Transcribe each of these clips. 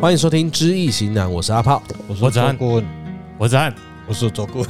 欢迎收听《知易行难》，我是阿炮。我我是子周安顾问，我是安，我是周顾问。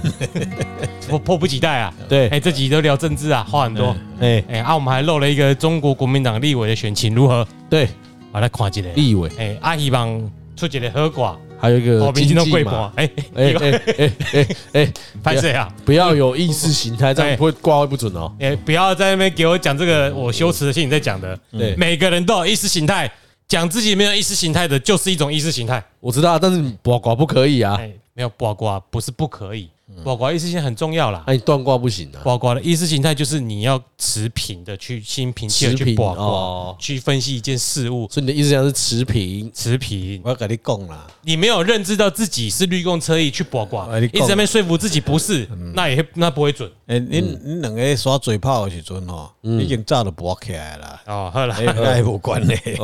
我迫不及待啊！对哎、这集都聊政治啊，话很多。 哎，哎、啊，我们还漏了一个中国国民党立委的选情如何？对，把它看一下。立委哎、啊，希望出一个好瓜，还有一个好民进党呃经贵济嘛博。哎 哎哎哎哎哎，拍哎谁啊？不要有意识形态，这样会挂会不准哦。哎、不要在那边给我讲这个我羞耻的心你在讲的。对，每个人都有意识形态，讲自己没有意识形态的，就是一种意识形态。我知道，但是你挂挂不可以啊哎、，没有八卦不是不可以，嗯八卦意识形态很重要啦。那你断挂不行啊。八卦的意识形态就是你要持平的去心平气和持去平八哦卦，去分析一件事物。所以你的意思讲是持平，持平，我要跟你讲啦，你没有认知到自己是绿共车意去八卦哎，你一讲直在那边说服自己不是，那也那不会准诶，恁恁两个耍嘴炮的时阵吼，已经早就博起来 了啦，哦。好了，哎，那也无关嘞。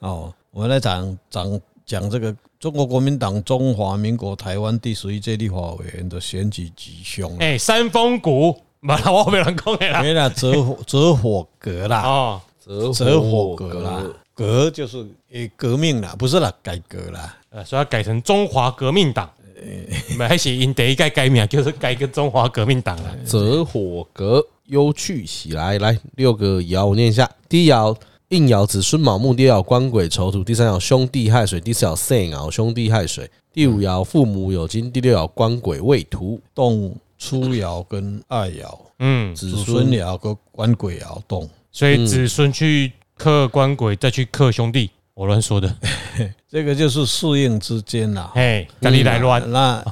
哦，我们来讲讲讲这个中国国民党中华民国台湾第十一届立法委员的选举吉凶 啦，哎，山峰谷，马拉我没人讲的啦。没啦，折火折火格啦，哦，啊折火格啦，革就是诶革命啦，不是啦，改革啦。呃，所以要改成中华革命党，没还写因第一改改名啊就是改个中华革命党了。折火格忧趣喜来，来六个爻我念一下：第一爻应爻子孙卯木，第二爻官鬼丑土，第三爻兄弟亥水，第四爻肾爻兄弟亥水，第五爻父母有金，第六爻官鬼未土。动初爻跟二爻，嗯，子子孙爻跟官鬼爻动。所以子孙去克官鬼，再去克兄弟，我乱说的。这个就是适应之间啦、嘿，跟你来乱， 那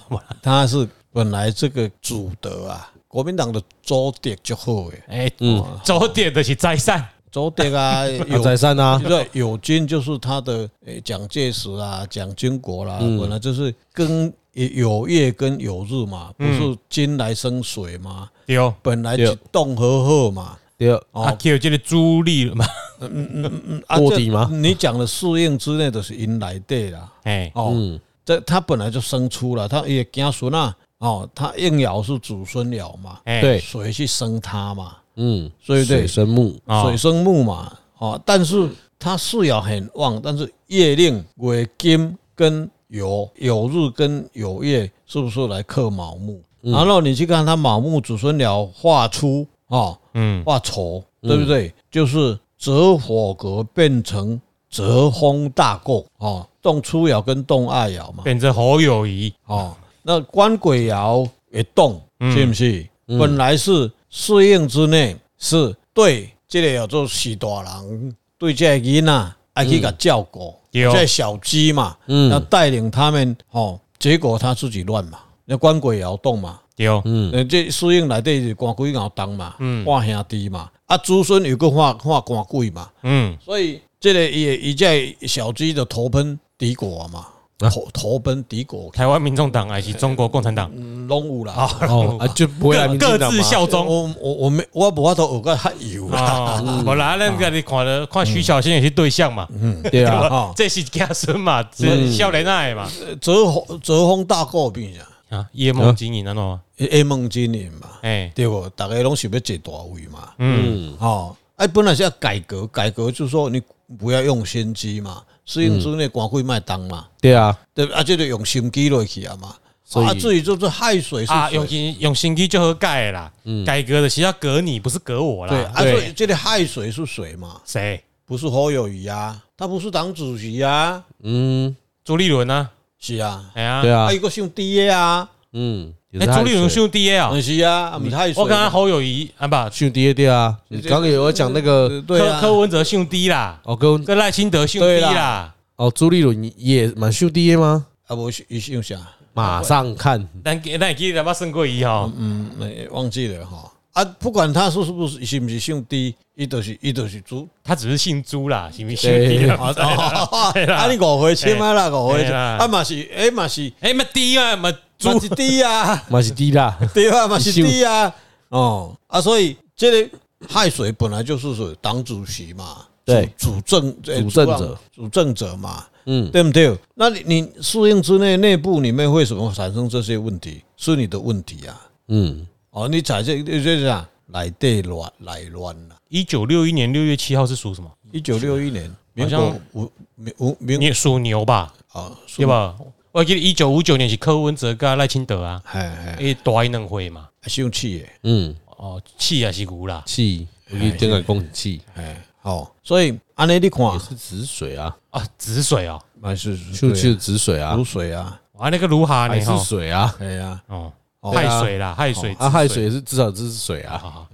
他是本来这个主德啊，国民党的周德就好诶，哎，嗯走点的是灾散，周 德啊，有有在山啊，对有军就是他的诶蒋介石啊、蒋经国啦、嗯本来就是跟有月跟有日嘛，不是金来生水嘛，丢哦本来嗯对一动和合嘛。第二啊，叫这个朱立嘛， 啊卧这底吗你讲的适应之内，就是因来对啦。哎，哦，嗯这他本来就生出了，他也子孙啊，哦，他应爻是祖孙爻嘛，哎对水去生他嘛，嗯，所以对水生木哦水生木嘛，哦，但是他四爻很旺，但是月令为金跟酉，酉日跟酉月是不是来克卯木？然后你去看他卯木祖孙爻画出哦，嗯，画丑，对不对？就是折火格变成折风大构哦，动初爻跟动二爻嘛，变成侯友谊，哦，那官鬼爻也动，嗯是不是？本来是适应之内，是对这个叫做许大人，对这个囡仔爱去给照顾，嗯对哦这个小鸡嘛，嗯要带领他们哦，结果他自己乱嘛，那官鬼爻动嘛，丢，嗯呃，这适应内底是官鬼爻动嘛，嗯化兄弟嘛，啊，子孙又个化化官鬼嘛，嗯，所以这个也一在小鸡的投奔敌国嘛，投投奔敌国，台湾民众党还是中国共产党，嗯拢有啦。哦，啊就不会来各民进各党自吗？效忠。我我我没我无法度学个黑油啦，嗯哦，我来那个你看了看徐小新也是对象嘛，对对啊，吧哦？这是家孙嘛，嗯这少年爱嘛，折风折风大过病啊，啊，夜梦经营那种嗯嘛，一梦之年嘛，哎，对不？大家拢想要坐大位嘛，嗯，嗯，哦，哎，本来是要改革，改革就是说你不要用心机嘛，适应之内官贵卖当嘛，对啊，对不？啊，这就用心机落去啊嘛，所以啊，至于就是害水是啊，用水，心用心机就好改啦，嗯改革的是要革你，不是革我对，啦，啊，所以这个害水是水嘛，谁？不是侯友谊啊，他不是党主席啊，嗯，朱立伦啊，是啊，哎呀对，啊啊，，一个姓 D 的啊，嗯，也哎，是害朱立伦水兄弟啊嗯，，是啊，不是害水嘛，我刚刚侯友谊啊不，兄弟对啊，你刚刚有讲那呃个对柯啊，柯文哲兄弟啦，哦跟跟赖清德兄弟对啦啦。哦朱立伦也蛮兄弟的吗？啊，无伊想啥？马上看，咱记咱记得捌算过伊吼，嗯，没忘记了吼。啊，不管他是是不是是不是姓弟，伊都是伊都是主。他只是姓朱啦，是不是姓弟啦？啊，啊 啊你误会亲啊啦，误会嘿啦啊嘛是，诶嘛是，哎，嘛弟啊，嘛嘛朱是弟啊，马是低啦，对啊，嘛是弟啊，哦啊，所以这个亥水本来就是属于党主席嘛，对主，主政呃主政者主让主政者嘛，嗯，对不对？那你你适应之内内部里面为什么产生这些问题？是你的问题啊，嗯，哦，你在这就是啊，来地乱来乱了。一九六一年六月七号是属什么？一九六一年，民好国像五民五民你属牛吧，啊，对吧？我记得一九五九年是柯文哲跟赖清德啊，嘿？哎伊大伊两会嘛，哎，生气诶，嗯，哦，气也是牛啦，气，我给电感供给气，哎，好，所以安尼你看也是止水啊，啊，止水哦，还是就就止水啊卤，水啊，啊，那个如hà 还呢是吼，水啊，哎呀，哦，哦害水啦，害水，啊，止害水，也是至少是水啊，好好，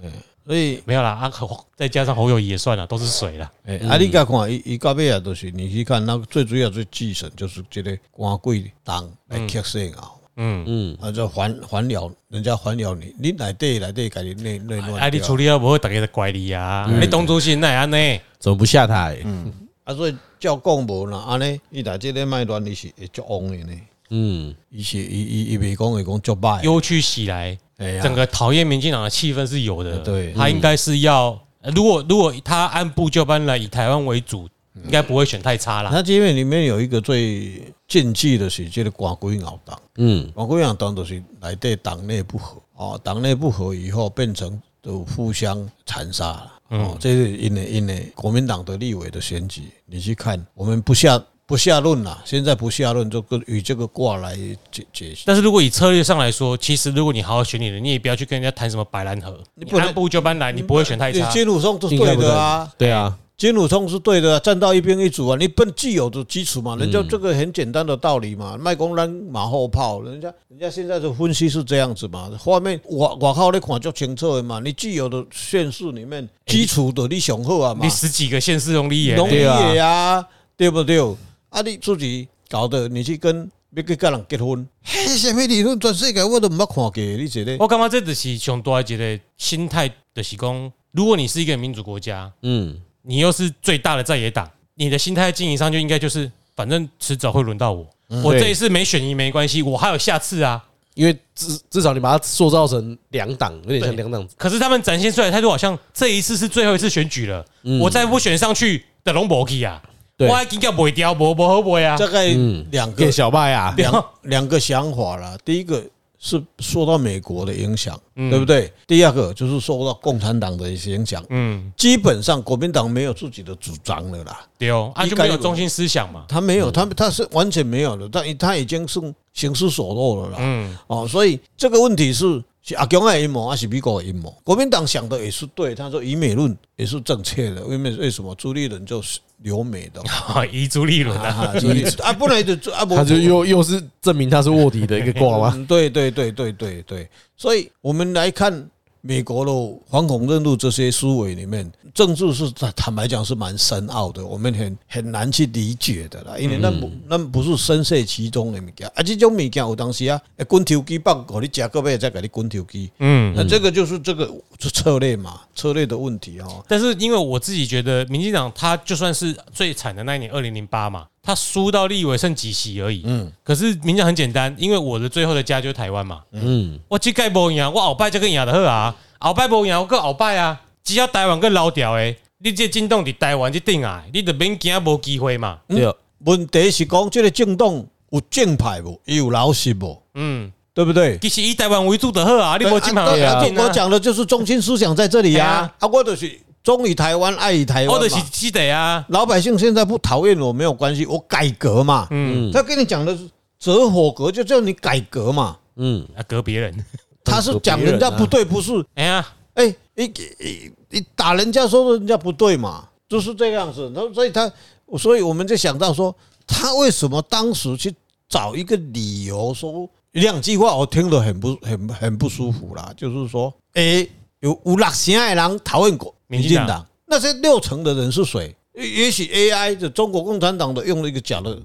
所以没有啦，啊，侯再加上侯友宜也算了，都是水啦，哎，啊，嗯你甲看伊伊到尾啊，就是你去看那个最主要最基层就是这个官贵党来克死啊。嗯，嗯，啊，就还还了，人家还了你，你内底内底家己内内乱掉。啊，你处理了不会大家就怪你啊，嗯你董主席那安呢？哎怎么不下台？嗯啊，所以照讲无啦，安尼伊来即个卖乱，伊是会足戆的呢。嗯，伊是伊伊伊袂讲会讲足歹，忧屈起来，哎呀哎整个讨厌民进党的气氛是有的。对嗯他应该是要，呃如果如果他按部就班来以台湾为主，嗯应该不会选太差啦。他这边里面有一个最禁忌的是这个官规咬党，嗯，官规咬党就是内底党内不和哦，党内不和以后变成都互相残杀了。嗯哦，这是因为因为国民党的立委的选举，你去看，我们不下不下论啦，现在不下论，这个与这个卦来解解析。但是如果以策略上来说，其实如果你好好选你的，你也不要去跟人家谈什么白兰河，你不能按部就班来，你不会选太你差。金鲁松是应该对不的啊，哎对啊，金乳通是对的啊，站到一边一组啊，你奔既有的基础嗯嘛，人家这个很简单的道理嘛，卖公然马后炮，人家人家现在的分析是这样子嘛，画面我我靠你看就清楚的嘛，你既有的县市里面基础的你上好啊嘛你，十几个县市容立耶，农对啊业啊，对不对？啊，你自己搞的，你去跟要去跟人结婚，哦嘿，什么理论全世界我都没看过，你这个我感觉这就是上大一个心态，就是讲，如果你是一个民主国家，嗯，你又是最大的在野党，你的心态经营上就应该就是，反正迟早会轮到我，我这一次没选赢没关系，我还有下次啊。因为至至少你把它塑造成两党，有点像两党，可是他们展现出来的态度好像这一次是最后一次选举了，我再不选上去的龙博基啊，对我还应该不会掉，不不好不啊大，概两个嗯给小麦啊，两两个想法啦。第一个是受到美国的影响，嗯对不对？第二个就是受到共产党的一些影响。嗯，基本上国民党没有自己的主张了啦，对哦，啊应就该没有有中心思想 嘛，他没有，嗯他他是完全没有的，但他已经是行尸走肉了啦。嗯，哦，所以这个问题是是阿强的阴谋还是美国的阴谋？国民党想的也是对，他说以美论也是正确的，因为为什么朱立伦就是留美 的嘛？遗珠立伦啊，啊，所以啊，本来就啊，他就又又是证明他是卧底的一个卦吗？嗯，对对对对对对，所以我们来看美国的反恐任务这些思维里面，政治是坦坦白讲是蛮深奥的，我们很很难去理解的啦，因为那不那不是深涉其中的物件，啊，这种物件有当时啊，会滚条机棒给你吃个尾再给你滚条机，嗯。那这个就是这个策略嘛，策略的问题哦。但是因为我自己觉得，民进党他就算是最惨的那一年，二零零八嘛，他输到立委剩几席而已。嗯，可是民进党很简单，因为我的最后的家就是台湾嘛。嗯，我即届无赢，我后摆才去赢就好啊。后摆无赢，我搁后摆啊。只要台湾搁捞掉的，你这进党伫台湾即顶啊，你就免惊无机会嘛。对哦，问题是讲这个政党有正派无，也有老实无，嗯，对不对？其实以台湾为主就好啊，你无进党就对啊要紧我啊。讲的就是中心思想在这里呀、啊。啊，我就是忠于台湾，爱于台我湾就是嘛。记得啊，老百姓现在不讨厌我没有关系，我改革嘛。嗯，他跟你讲的是折火格，就叫你改革嘛。嗯，啊，隔别人， 他是讲人啊家不对，不是？哎呀，哎，你你你打人家，说人家不对嘛，就是这样子。那所以他，所以我们就想到说，他为什么当时去找一个理由说两句话，我听得很不很很不舒服啦，就是说，哎，有有六成的人讨厌过民民进党进党，那些六成的人是谁？也也许 AI 的中国共产党的用了一个假的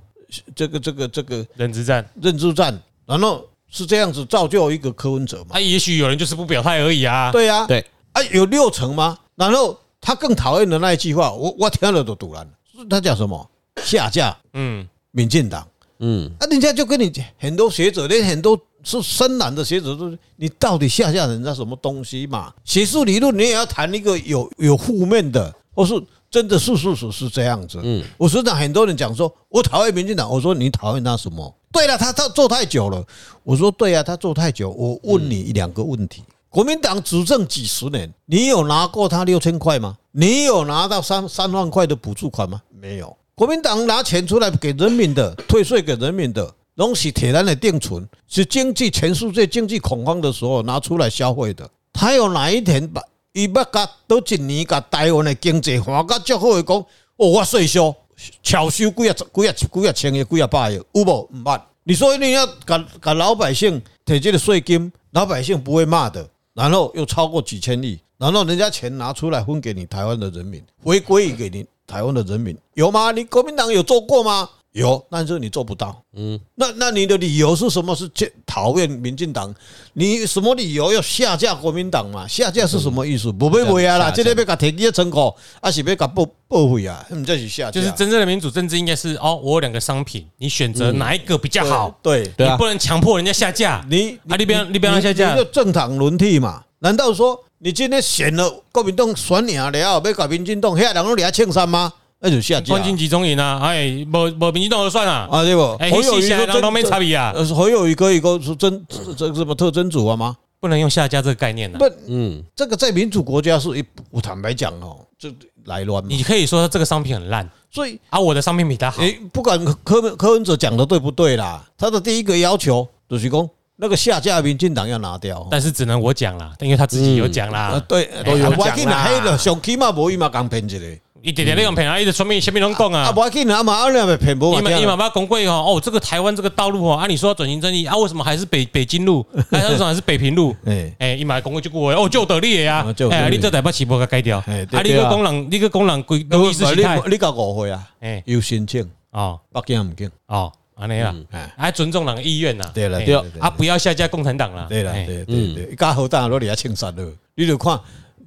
这个这个这个人之战认知战，然后是这样子造就一个柯文哲嘛？啊，也许有人就是不表态而已啊。对呀、对，啊，有六成吗？然后他更讨厌的那一句话，我我听了都堵然。他讲什么？下架嗯，民进党嗯，啊！人家就跟你很多学者，连很多是深蓝的学者都，你到底下架人家什么东西嘛？学术理论你也要谈一个有有负面的，或是真的是事实是这样子。嗯，我实际上很多人讲说，我讨厌民进党，我说你讨厌他什么？对了，他他做太久了。我说对啊，他做太久。我问你两个问题。国民党执政几十年，你有拿过他六千块吗？你有拿到三三万块的补助款吗？没有。国民党拿钱出来给人民的，退税给人民的，拢是铁然的定存，是经济全世界经济恐慌的时候拿出来消费的。他有哪一天把伊要甲倒一年甲台湾的经济换甲足好的讲，哦，我税收超收几啊十几啊几啊千个几啊百个，有无？毋捌。你说你要甲甲老百姓摕这个税金，老百姓不会骂的。然后又超过几千亿，然后人家钱拿出来分给你台湾的人民，回归给你台湾的人民，有吗？你国民党有做过吗？有，但是你做不到。嗯，那那你的理由是什么？是去讨厌民进党？你什么理由要下架国民党嘛？下架是什么意思？不被围啊啦，下架这个要甲提起成果，还是要甲报报废啊？嗯，这是下架，就是真正的民主政治应该是哦，我有两个商品，你选择哪一个比较好，对。对对啊你不能强迫人家下架。你啊你不要你不要让下架你就正常轮替嘛？难道说你今天选了国民党选赢了，要搞民进党，遐人拢掠青山吗？那就下架关进集中营啊，哎，无无民进党就算了，啊，对不？哎，黑线友谊下说来真都没差别啊，呃，侯友谊可以说真这这什么特征组啊吗？不能用下架这个概念啊的。不，嗯，这个在民主国家是一，我坦白讲哦，这来乱嘛。你可以说这个商品很烂所以啊，我的商品比他好。你不管柯文柯文哲讲的对不对啦，他的第一个要求就是讲那个下架的民进党要拿掉。但是只能我讲啦，因为他自己有讲啊啦，，对，都有我哎讲啦迄个上起码无伊嘛讲骗一个。一点点那种朋友，一直全面前面拢讲嗯啊，啊无。要紧啊嘛，啊，你也袂骗无你嘛。们听你了们把公贵哦，哦，这个台湾这个道路哦，啊，你说要转型正义啊，为什么还是北北京 路？还是为什么还是北平路？哎，哎，伊嘛讲过就过哦，就得你的啊啊就，有道理哎，你这台北起步该改掉，哎啊对，你对个啊工人，你个工人规都意识形态你，你搞误会啊，哎，有申请，哦北京毋敬，哦，安尼啦，哎，哎，尊重人的意愿呐，对了哎对了对了啊，不要下架共产党啦，对啦，哎对对对，甲好大落伫遐清杀了，你就看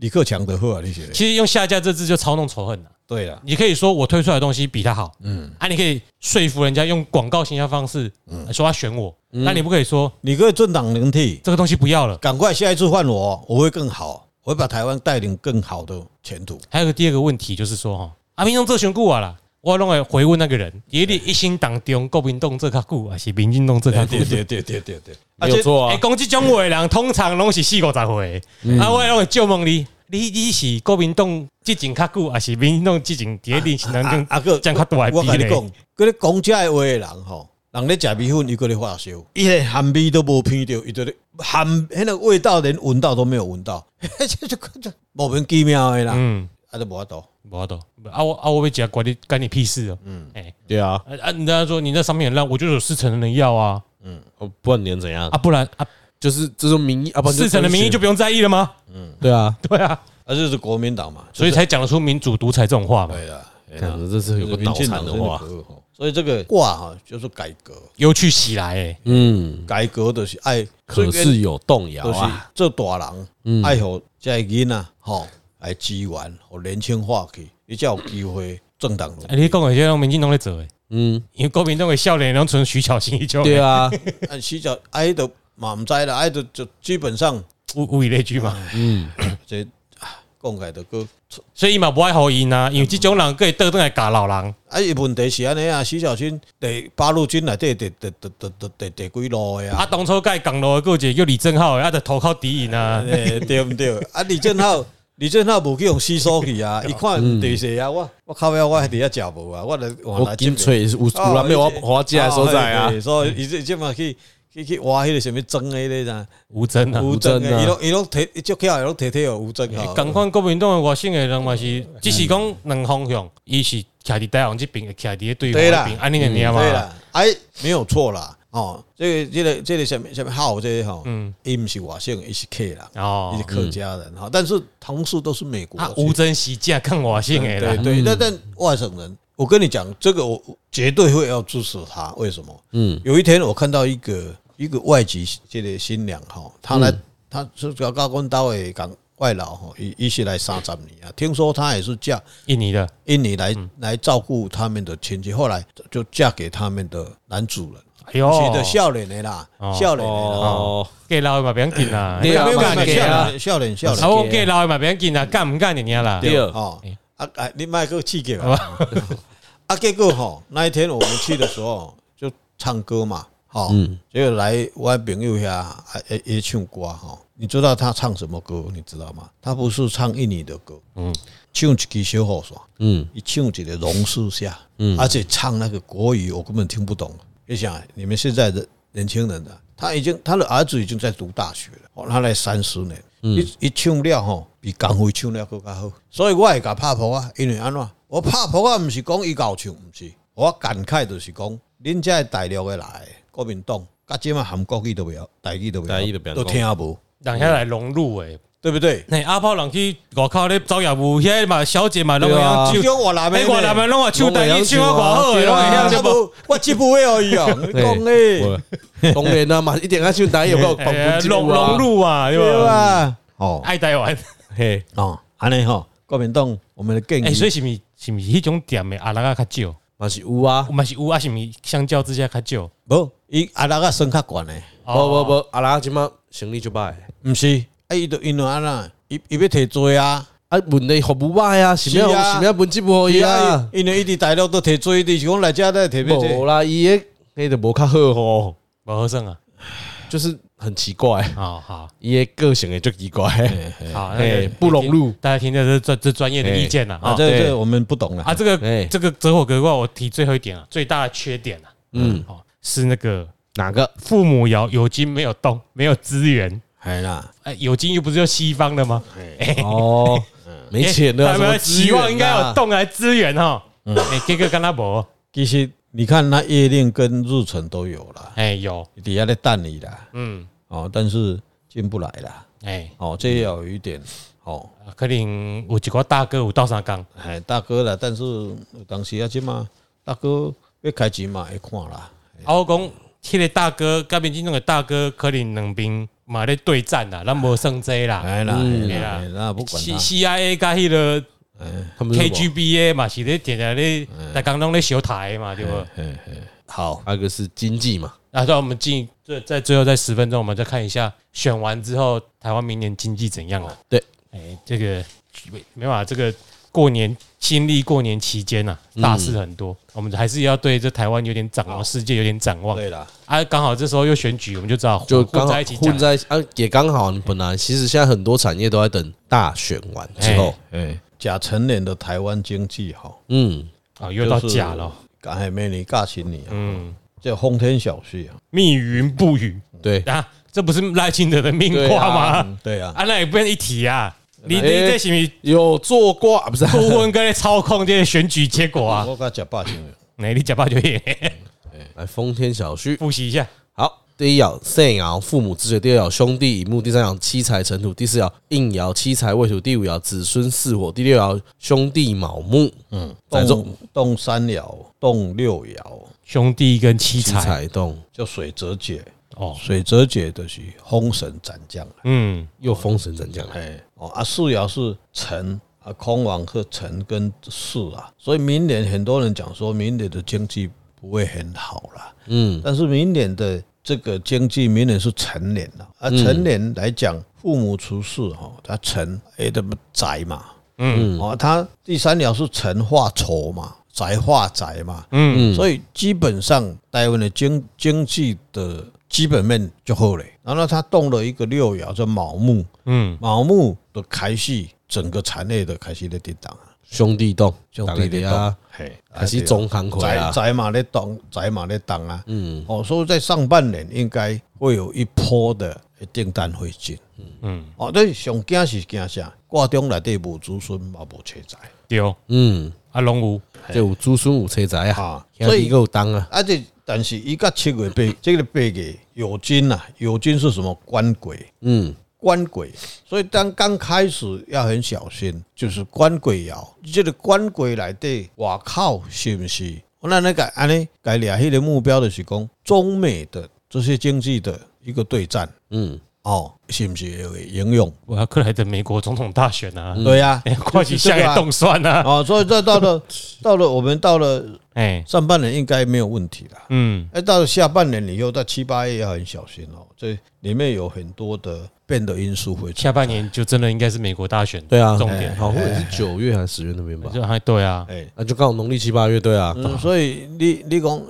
李克强就好啊，你是不是。其实用下架这字就操弄仇恨了。对啦，你可以说我推出来的东西比他好，嗯，啊，你可以说服人家用广告形象方式嗯说他选我，那你不可以说你可以政党轮替，这个东西不要了。赶快下一次换我，我会更好，我会把台湾带领更好的前途。还有个第二个问题就是说哈，啊，民众这选久啊啦，我拢会回问那个人，你你一心党中国民党这卡久还是民进党这卡对久？对对对对对对，没有错哎，啊，讲这种话的人通常拢是四五十岁嗯的，啊，我拢会借问你，你你是国民党执政较久，还是民进党执政第一年是当中啊个这样较大的我比跟你例？讲，嗰咧讲这的话的人吼，人咧食米粉，伊个咧发烧，伊连含味都无闻到，伊就咧含迄个味道连闻到都没有闻到， 这这这莫名其妙的啦，嗯，啊都无法度。无得啊我啊我被讲管你干你屁事哦，嗯，哎。对啊，啊啊！人家说你那商品很烂，我就有四成的人要啊哦不然你能怎样啊，？不然啊，就是这种民意啊，不然四成的民意就不用在意了吗？ 对啊，对啊，啊，这是国民党嘛，所以才讲得出民主独裁这种话嘛。对啦，对啦讲的这是有个民倒进产党的真的话，可恶所以这个卦哈就是改革，有去袭来，哎，嗯，改革就是爱，可是有动摇就是啊，做大嗯人爱互这些囡仔吼来支援，互年轻化去，你才有机会政党轮啊你讲的这种民进党在做的，嗯，因为国民党的少年拢存徐巧芯一种，对啊，啊，死角爱都嘛毋知啦，爱都就基本上物物以类聚嘛。这啊讲起来就个，所以伊嘛不爱好因啊，因为这种人可以倒转来教老人。啊，伊问题是安尼啊，徐小新第八路军内底第第第第第第第几路的啊，啊？当初盖港楼的还有一个叫李正浩的，啊，就投靠敌营 啊。诶，对毋对？啊，李正浩，李正浩无去用吸收去啊，嗯伊看第四啊，我我靠呀，我伫遐食无啊，我来我我来金锤有有人没哦有滑进来所在啊对，所以伊即即嘛去去去挖迄个什物针迄个啥， 吴尊啊，吴针啊针的，伊拢伊拢摕，伊足巧的，伊拢摕摕哦，嗯吴针 啊。共款国民党的外省的人嘛是，只是讲两方向，伊是徛伫台湾这边，徛伫对方对那啦边，安尼个念嘛。对啦，哎，没有错啦。哦，这个这个这个什么什么号这个哈，嗯，伊毋是外省的，伊是客人，哦嗯伊是客家人哈，但是同事都是美国啊，籍吴尊喜价看我姓诶对啦，嗯对，但但外省人，我跟你讲，这个我绝对会要支持他。为什么？嗯，有一天我看到一个一个外籍这个新娘哈，她来，嗯她是搞高官刀的港外劳哈，一一起来三十年啊。听说她也是嫁印尼的印尼嗯来来照顾他们的亲戚，后来就嫁给他们的男主人，哎呦娶的啊笑脸的啦哦，笑脸的啦，哦，嫁老的嘛不要紧啦，对啊没有嘛没有给笑啊脸笑脸笑啊脸，我嫁老的嘛不要紧啦，干唔干你啊啦？对哦，啊啊，你卖个气给我， 啊，结果吼那一天我们去的时候就嗯啊唱歌嘛，好，结果来我的朋友遐也也唱歌吼，你知道他唱什么歌？你知道吗？他不是唱印尼的歌，嗯，唱一支小雨伞，嗯，一唱一个榕树下，嗯，而且唱那个国语我根本听不懂。你想，你们现在的年轻人啊，他已经他的儿子已经在读大学了，哦，他来三十年，嗯一一唱了吼，比江辉唱了更加好。所以我会甲拍婆啊，因为安怎？我拍婆啊，毋是讲伊搞唱，毋是，我感慨就是讲，恁遮大陆的来的国民党，甲即嘛韩国语都袂晓，台语都台袂语晓都不，会都讲听无，人遐来融入诶。对不对？那阿炮人去外口咧招业务，遐嘛小姐嘛拢会晓唱，这种越南的哎迄外呢南人拢会唱台语，唱啊外好诶，对拢会啊 晓啊，对这无？不，我只不会而已哦。你讲诶，我当然啊啦嘛，一点爱唱台语， 我有放哎不进融入啊融入啊，对对吧？啊，哦爱台湾，嘿，哦，安尼吼，国民党我们的建哎，所议，以是毋是是毋是迄种店诶阿拉啊较少，嘛是有啊我，嘛是有啊，是毋是相较之下较少？无伊阿拉个升较悬诶，哦不不不，阿拉即马生理就歹，毋是？啊，伊都因为安那，伊伊要提罪啊，啊问题服务歹啊，是咩是啊是咩本质不好伊伊啊啊，，因为伊伫大陆都提罪，伊是讲来遮咧提咩无啊罪？啦，伊迄迄就无较好吼，无好耍啊，就是很奇怪，好哦好伊诶个性会足奇怪。好，哎那个不融入大家听着这专这专业的意见了啊，啊这对这我们不懂啊，啦。这个哎这个折火格怪我提最后一点啊，最大的缺点啊，嗯，哦，是那个 哪个？父母窑有金没有动，没有资源。系啦，哎，有金又不是就西方的吗？哦， 没钱的，哎什 他么们资期源啊嗯望应该有动来资源哈。哎，这个跟他博，其实你看，那夜令跟日程都有啦，哎有，底下咧等你啦，嗯，哦，但是进不来啦，哎，哦，这也有一点，哦，可能有一个大哥有倒三杠，哎，大哥啦，但是有当时啊，即嘛，大哥要开钱嘛，会看啦。啊我讲，迄个大哥甲民进党的大哥，可能两边嘛咧对战啦，咱无算这啦。哎啦，嗯哎啦，对哎啦，不管 C 啦， C I A 甲迄个他们 K G B A 嘛是咧点点咧，哎在刚拢咧小台的嘛，对不？好，那个是经济嘛，那让我们进最在最后在十分钟，我们再看一下选完之后台湾明年经济怎样了。对，哎，这个没没办法，这个过年经历过年期间呐、嗯啊，大事很多，我们还是要对这台湾有点展望，世界有点展望对啦，啊。刚好这时候又选举，我们就只好就混刚混好在一起讲混。在一起啊，也刚好。你本来其实现在很多产业都在等大选完之后，哎，甲成年的台湾经济哈，嗯，啊，又到就是哎假了，，刚才美女嫁娶你啊，嗯，这轰天小事啊，密云不雨对，啊，这不是赖清德的命对卦吗？啊啊嗯对啊，那也不能一提啊，你你哎这是不是有做过啊，不是啊顾问跟操控这些选举结果 啊？哎我甲食八千的，哪里假爸就业？ 来丰田小旭， 复习一下。好，第一爻肾爻父母之水，第二爻兄弟乙木，第三爻七财成土，第四爻应爻七财未土，第五爻子孙巳火，第六爻兄弟卯木，嗯，再中动动三爻，动六爻，兄弟跟七七彩财动叫水泽姐，哦，水泽姐就是封神斩将啦，嗯，又封神怎讲？哎，哦啊，四爻是辰啊，空亡是辰跟巳啊，所以明年很多人讲说，明年的经济不会很好啦。嗯，但是明年的这个经济，明年是成年了，啊，成年来讲，父母出世哈，他辰哎，这不宅嘛，嗯，哦，他第三爻是辰化丑嘛，宅化宅嘛，嗯，所以基本上台湾的经经济的基本面就好了。然后他动了一个六爻，叫卯木，嗯，卯木的开始，整个产业的开始在跌档啊，兄弟动，兄大弟概在的动啊，，嘿，还是中行口宅啊，宅嘛在动，宅嘛在动啊，嗯，哦，所以在上半年应该会有一波的订单会进，嗯嗯，哦，但是上惊是惊啥？挂钟内底无子孙嘛无车宅，丢嗯，啊，龙五这有子孙有车仔啊啊，所以够当啊，啊，这但是伊个七月八，这个八月酉金呐、啊，酉金是什么？官鬼，嗯，官鬼，所以当刚开始要很小心，就是官鬼爻，这个官鬼内底，我靠，是不是？那那个安尼，改俩迄个目标就是讲中美的这些经济的一个对战，嗯，哦，是不是也会影响？我要克莱的美国总统大选啊，对 呀、 哎，跨起下嗯就是这也个啊动算啊，哦，所以这到了到了我们到了哎，上半年应该没有问题了。嗯，哎，到了下半年以后，到七八月要很小心哦，这里面有很多的变的因素会出。下半年就真的应该是美国大选，对啊，重点好像也是九月还是十月那边吧，就还对啊，哎，那就刚好农历七八月，对啊，嗯所以你你讲，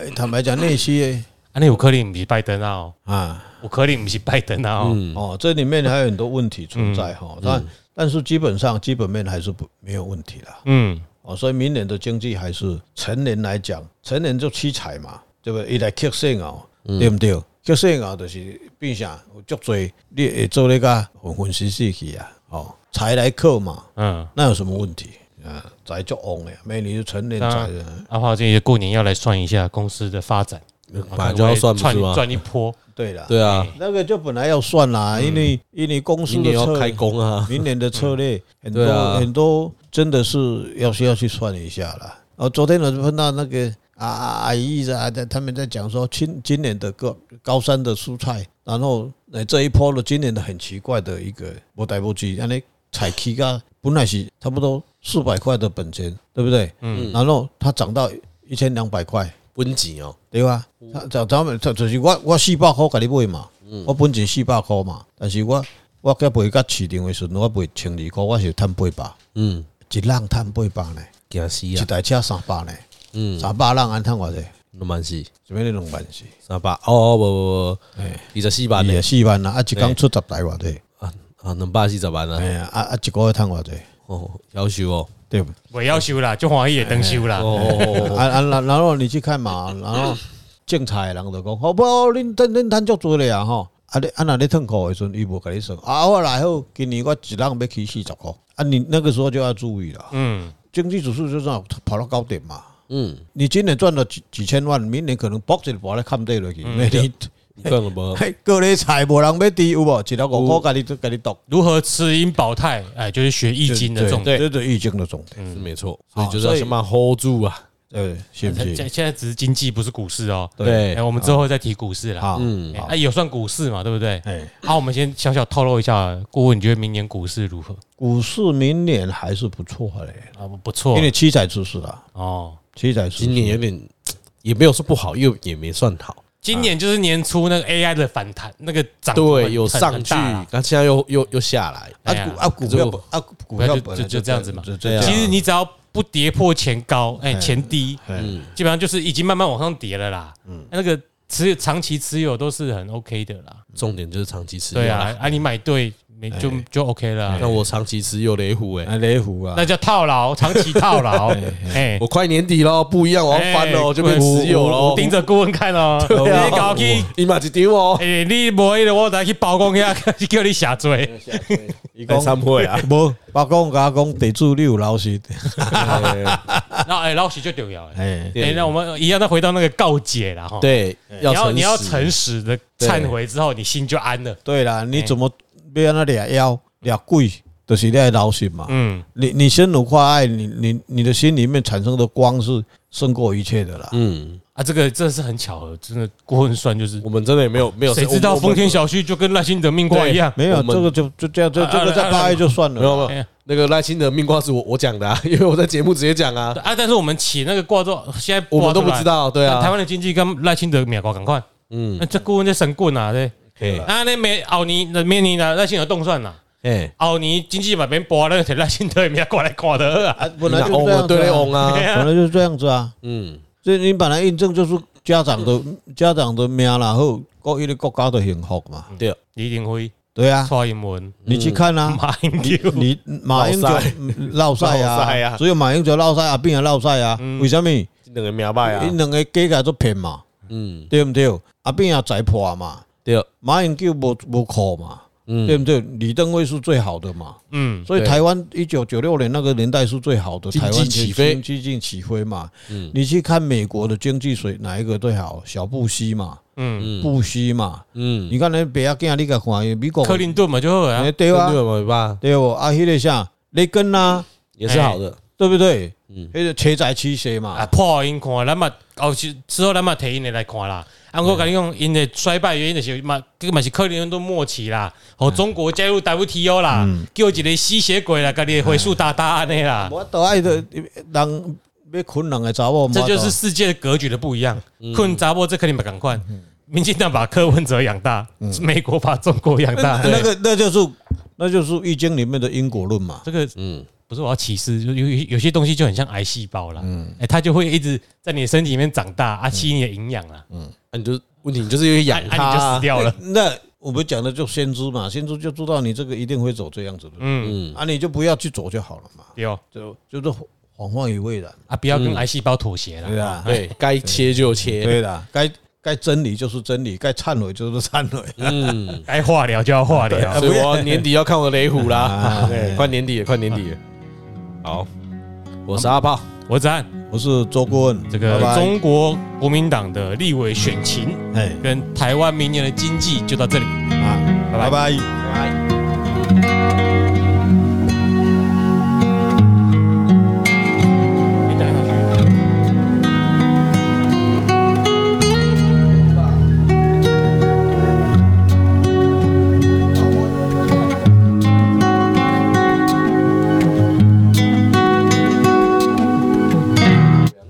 哎坦白讲，那些啊，那有可能比拜登啊，啊，我可能不是拜登啊、哦，哦，这里面还有很多问题存在哈，但但是基本上基本面还是不没有问题啦。嗯，哦，所以明年的经济还是成年来讲，成年就七彩嘛，对不对？伊来吸性哦，对不对？吸性哦，就是变啥有足多，你会做那个混混死死去啊，哦，财来克嘛，嗯，那有什么问题？啊，财就旺了，每年就成年财呃了。阿华建议过年要来算一下公司的发展，本呃来就要算不看是会赚吗？赚一波，对了，对啊，那个就本来要算啦，因为因为公司嗯明的年要策开略工啊，明年的 策略很多、对啊很多真的是要需要去算一下了。哦，昨天我就碰到那个啊啊阿姨啊，在他们在讲说今今年的高高山的蔬菜，然后呃这一波的今年的很奇怪的一个波带波机，让你采起个本来是差不多四百块的本钱，对不对？嗯，然后它涨到一千两百块，温级哦，对吧？咱咱们就就是我我四百块给你买嘛，我本钱四百块嘛，但是我我甲卖甲市场的时阵，我卖千二块，我是赚八百，嗯，一人赚八百呢，惊死一啊，台车三百呢，嗯，三百人安赚偌济，两万四，什么你两万四，三百，哦，不不哎，不，二十四万呢二十，四万啊，啊一工出十台偌济，啊啊，两百四十万哎啊，呀，啊啊一个月赚偌济，哦，要求哦，对不？我要修啦，就黄奕也登修啦哦，哦哦，啊啊，然然后你去看嘛，然后种菜的人就讲，好不好？恁恁恁赚足多了啊吼！啊你啊那你痛苦的时阵，伊无甲你算啊，我来好，今年我一人要起四十块啊，你那个时候就要注意了，嗯，经济指数就是要跑到高点嘛。嗯，你今年赚了几几千万，明年可能博一个博来看底落去，明年你讲了无？嘿各类菜无人要滴有无？一条五块，家己家己剁，如何吃阴保泰？哎，就是学易经的重点。对，这是易经的重点，是没错，所以好就是要所以先把它 hold 住啊，对，是现不在是？现在只是经济，不是股市哦。对哎，我们之后再提股市啦。好，嗯，哎，有算股市嘛？对不对？哎。好，我们先小小透露一下，顾问，你觉得明年股市如何？股市明年还是不错嘞，啊，不错因为七彩指数啊，哦。七彩指今年有点也没有说不好，又也没算好，今年就是年初那个 AI 的反弹，那个涨对，很有很上很去，大啦那现在又又又下来，啊哎呀股啊股票本啊股票那就本就来就这样子嘛对就这啊其样。实你只要不跌破前高，哎，哎前低，嗯，基本上就是已经慢慢往上叠了啦。嗯，那个持长期持有都是很 OK 的啦。重点就是长期持有对啊，，啊，你买对没就就 OK 了啊。哎那我长期持有雷虎哎、啊雷虎啊，那叫套牢，长期套牢。哎，我快年底喽，不一样，我要翻喽，哎就变持有喽。盯着顾问看哦。对啊你搞去，你嘛一丢哦，哎，你无迄个，我 再去曝光一下，叫你下罪。伊在参会啊，无，包公甲我讲地主你有老实，那哎，老实就重要了。哎， 哎，那我们一样再回到那个告解啦哈。， 对，你要诚哎你要实诚实的忏悔之后，你心就安了。对啦，你怎么要安那掠妖掠鬼，就是你爱老实嘛。嗯，你你先有块爱，你你你的心里面产生的光是胜过一切的啦。嗯，啊，这个真的是很巧合，真的过很算就是我们真的也没有没有谁知道我们丰田小旭就跟赖幸德命卦一样？没有我们这个就就这样，这啊这个啊再八月就算没有了。哎没有那个赖清德命卦是我我讲的、啊，因为我在节目直接讲啊，啊，但是我们起那个卦之后，现在我挂们都出不来知。道，对台啊，湾的经济跟赖清德秒搞，赶快！嗯，那这顾问在神棍啊，对，嘿啊，那没奥尼那明年呢，赖清德动算啦，嘿，奥尼经济把别人拔了，啊摕赖清德也过来看的啊，啊，本来就翁这样啊子对嘞啊翁哎啊，本来就是这样子啊。嗯，所以你本来印证就是家长的家长的命啦，然后国一个国家的幸福嘛，对，李登辉、对啊，蔡英文、嗯你去看啊，马英九，你马英九落屎嗯落赛落屎啊啊，只有马英九落赛啊，变人落赛啊，为什么？因两个名牌啊，两个加起来都骗嘛，嗯，对不对？啊，变也栽破嘛，对，马英九无无靠嘛，嗯对不对？李登辉是最好的嘛，嗯，所以对台湾一九九六年那个年代是最好的，经济台湾起飞嗯经济起飞嘛。你去看美国的经济水哪一个最好？小布希嘛，嗯，布希嘛，嗯，你看那北亚囝，你甲看美国，克林顿嘛就好啊哎，对啊对，吧？吧，对哦，啊，迄个啥，雷根呐，也是好哎的，对不对？嗯迄个车载七车啊，嘛，破因看，咱嘛后是之后咱嘛提因的来看啦。啊，我跟你讲，因的衰败原因就是嘛，这个嘛是克林顿末期啦，和中国加入 WTO 啦，叫一个吸血鬼啦，家己回数大大安尼啦，我啊都爱的人要困人的查某，这就是世界的格局的不一样。困杂波这肯定不赶快，民进党把柯文哲养大，美国把中国养大，那个，那就是那就是《易经》里面的因果论嘛。这个嗯，不是我要歧视，就有有有些东西就很像癌细胞啦，哎，它就会一直在你的身体里面长大，啊，吸你的营养啦，啊，你就问题你就是因为啊养它啊你就死啊，掉了。那我们讲的就先知嘛，先知就知道你这个一定会走这样子的，嗯，啊，你就不要去走就好了嘛，对哦，就就是谎话于未然，啊，不要跟癌细胞妥协了。对啊，对该切就切，对的，该该真理就是真理，该忏悔就是忏悔， 嗯，该化疗就啊要化疗。所以我年底要看我雷虎啦啊，对，快年底了，快年底了。好，我是阿炮，我赞我是周顾问，这个拜拜中国国民党的立委选情哎跟台湾明年的经济就到这里。啊，拜拜拜拜。拜拜。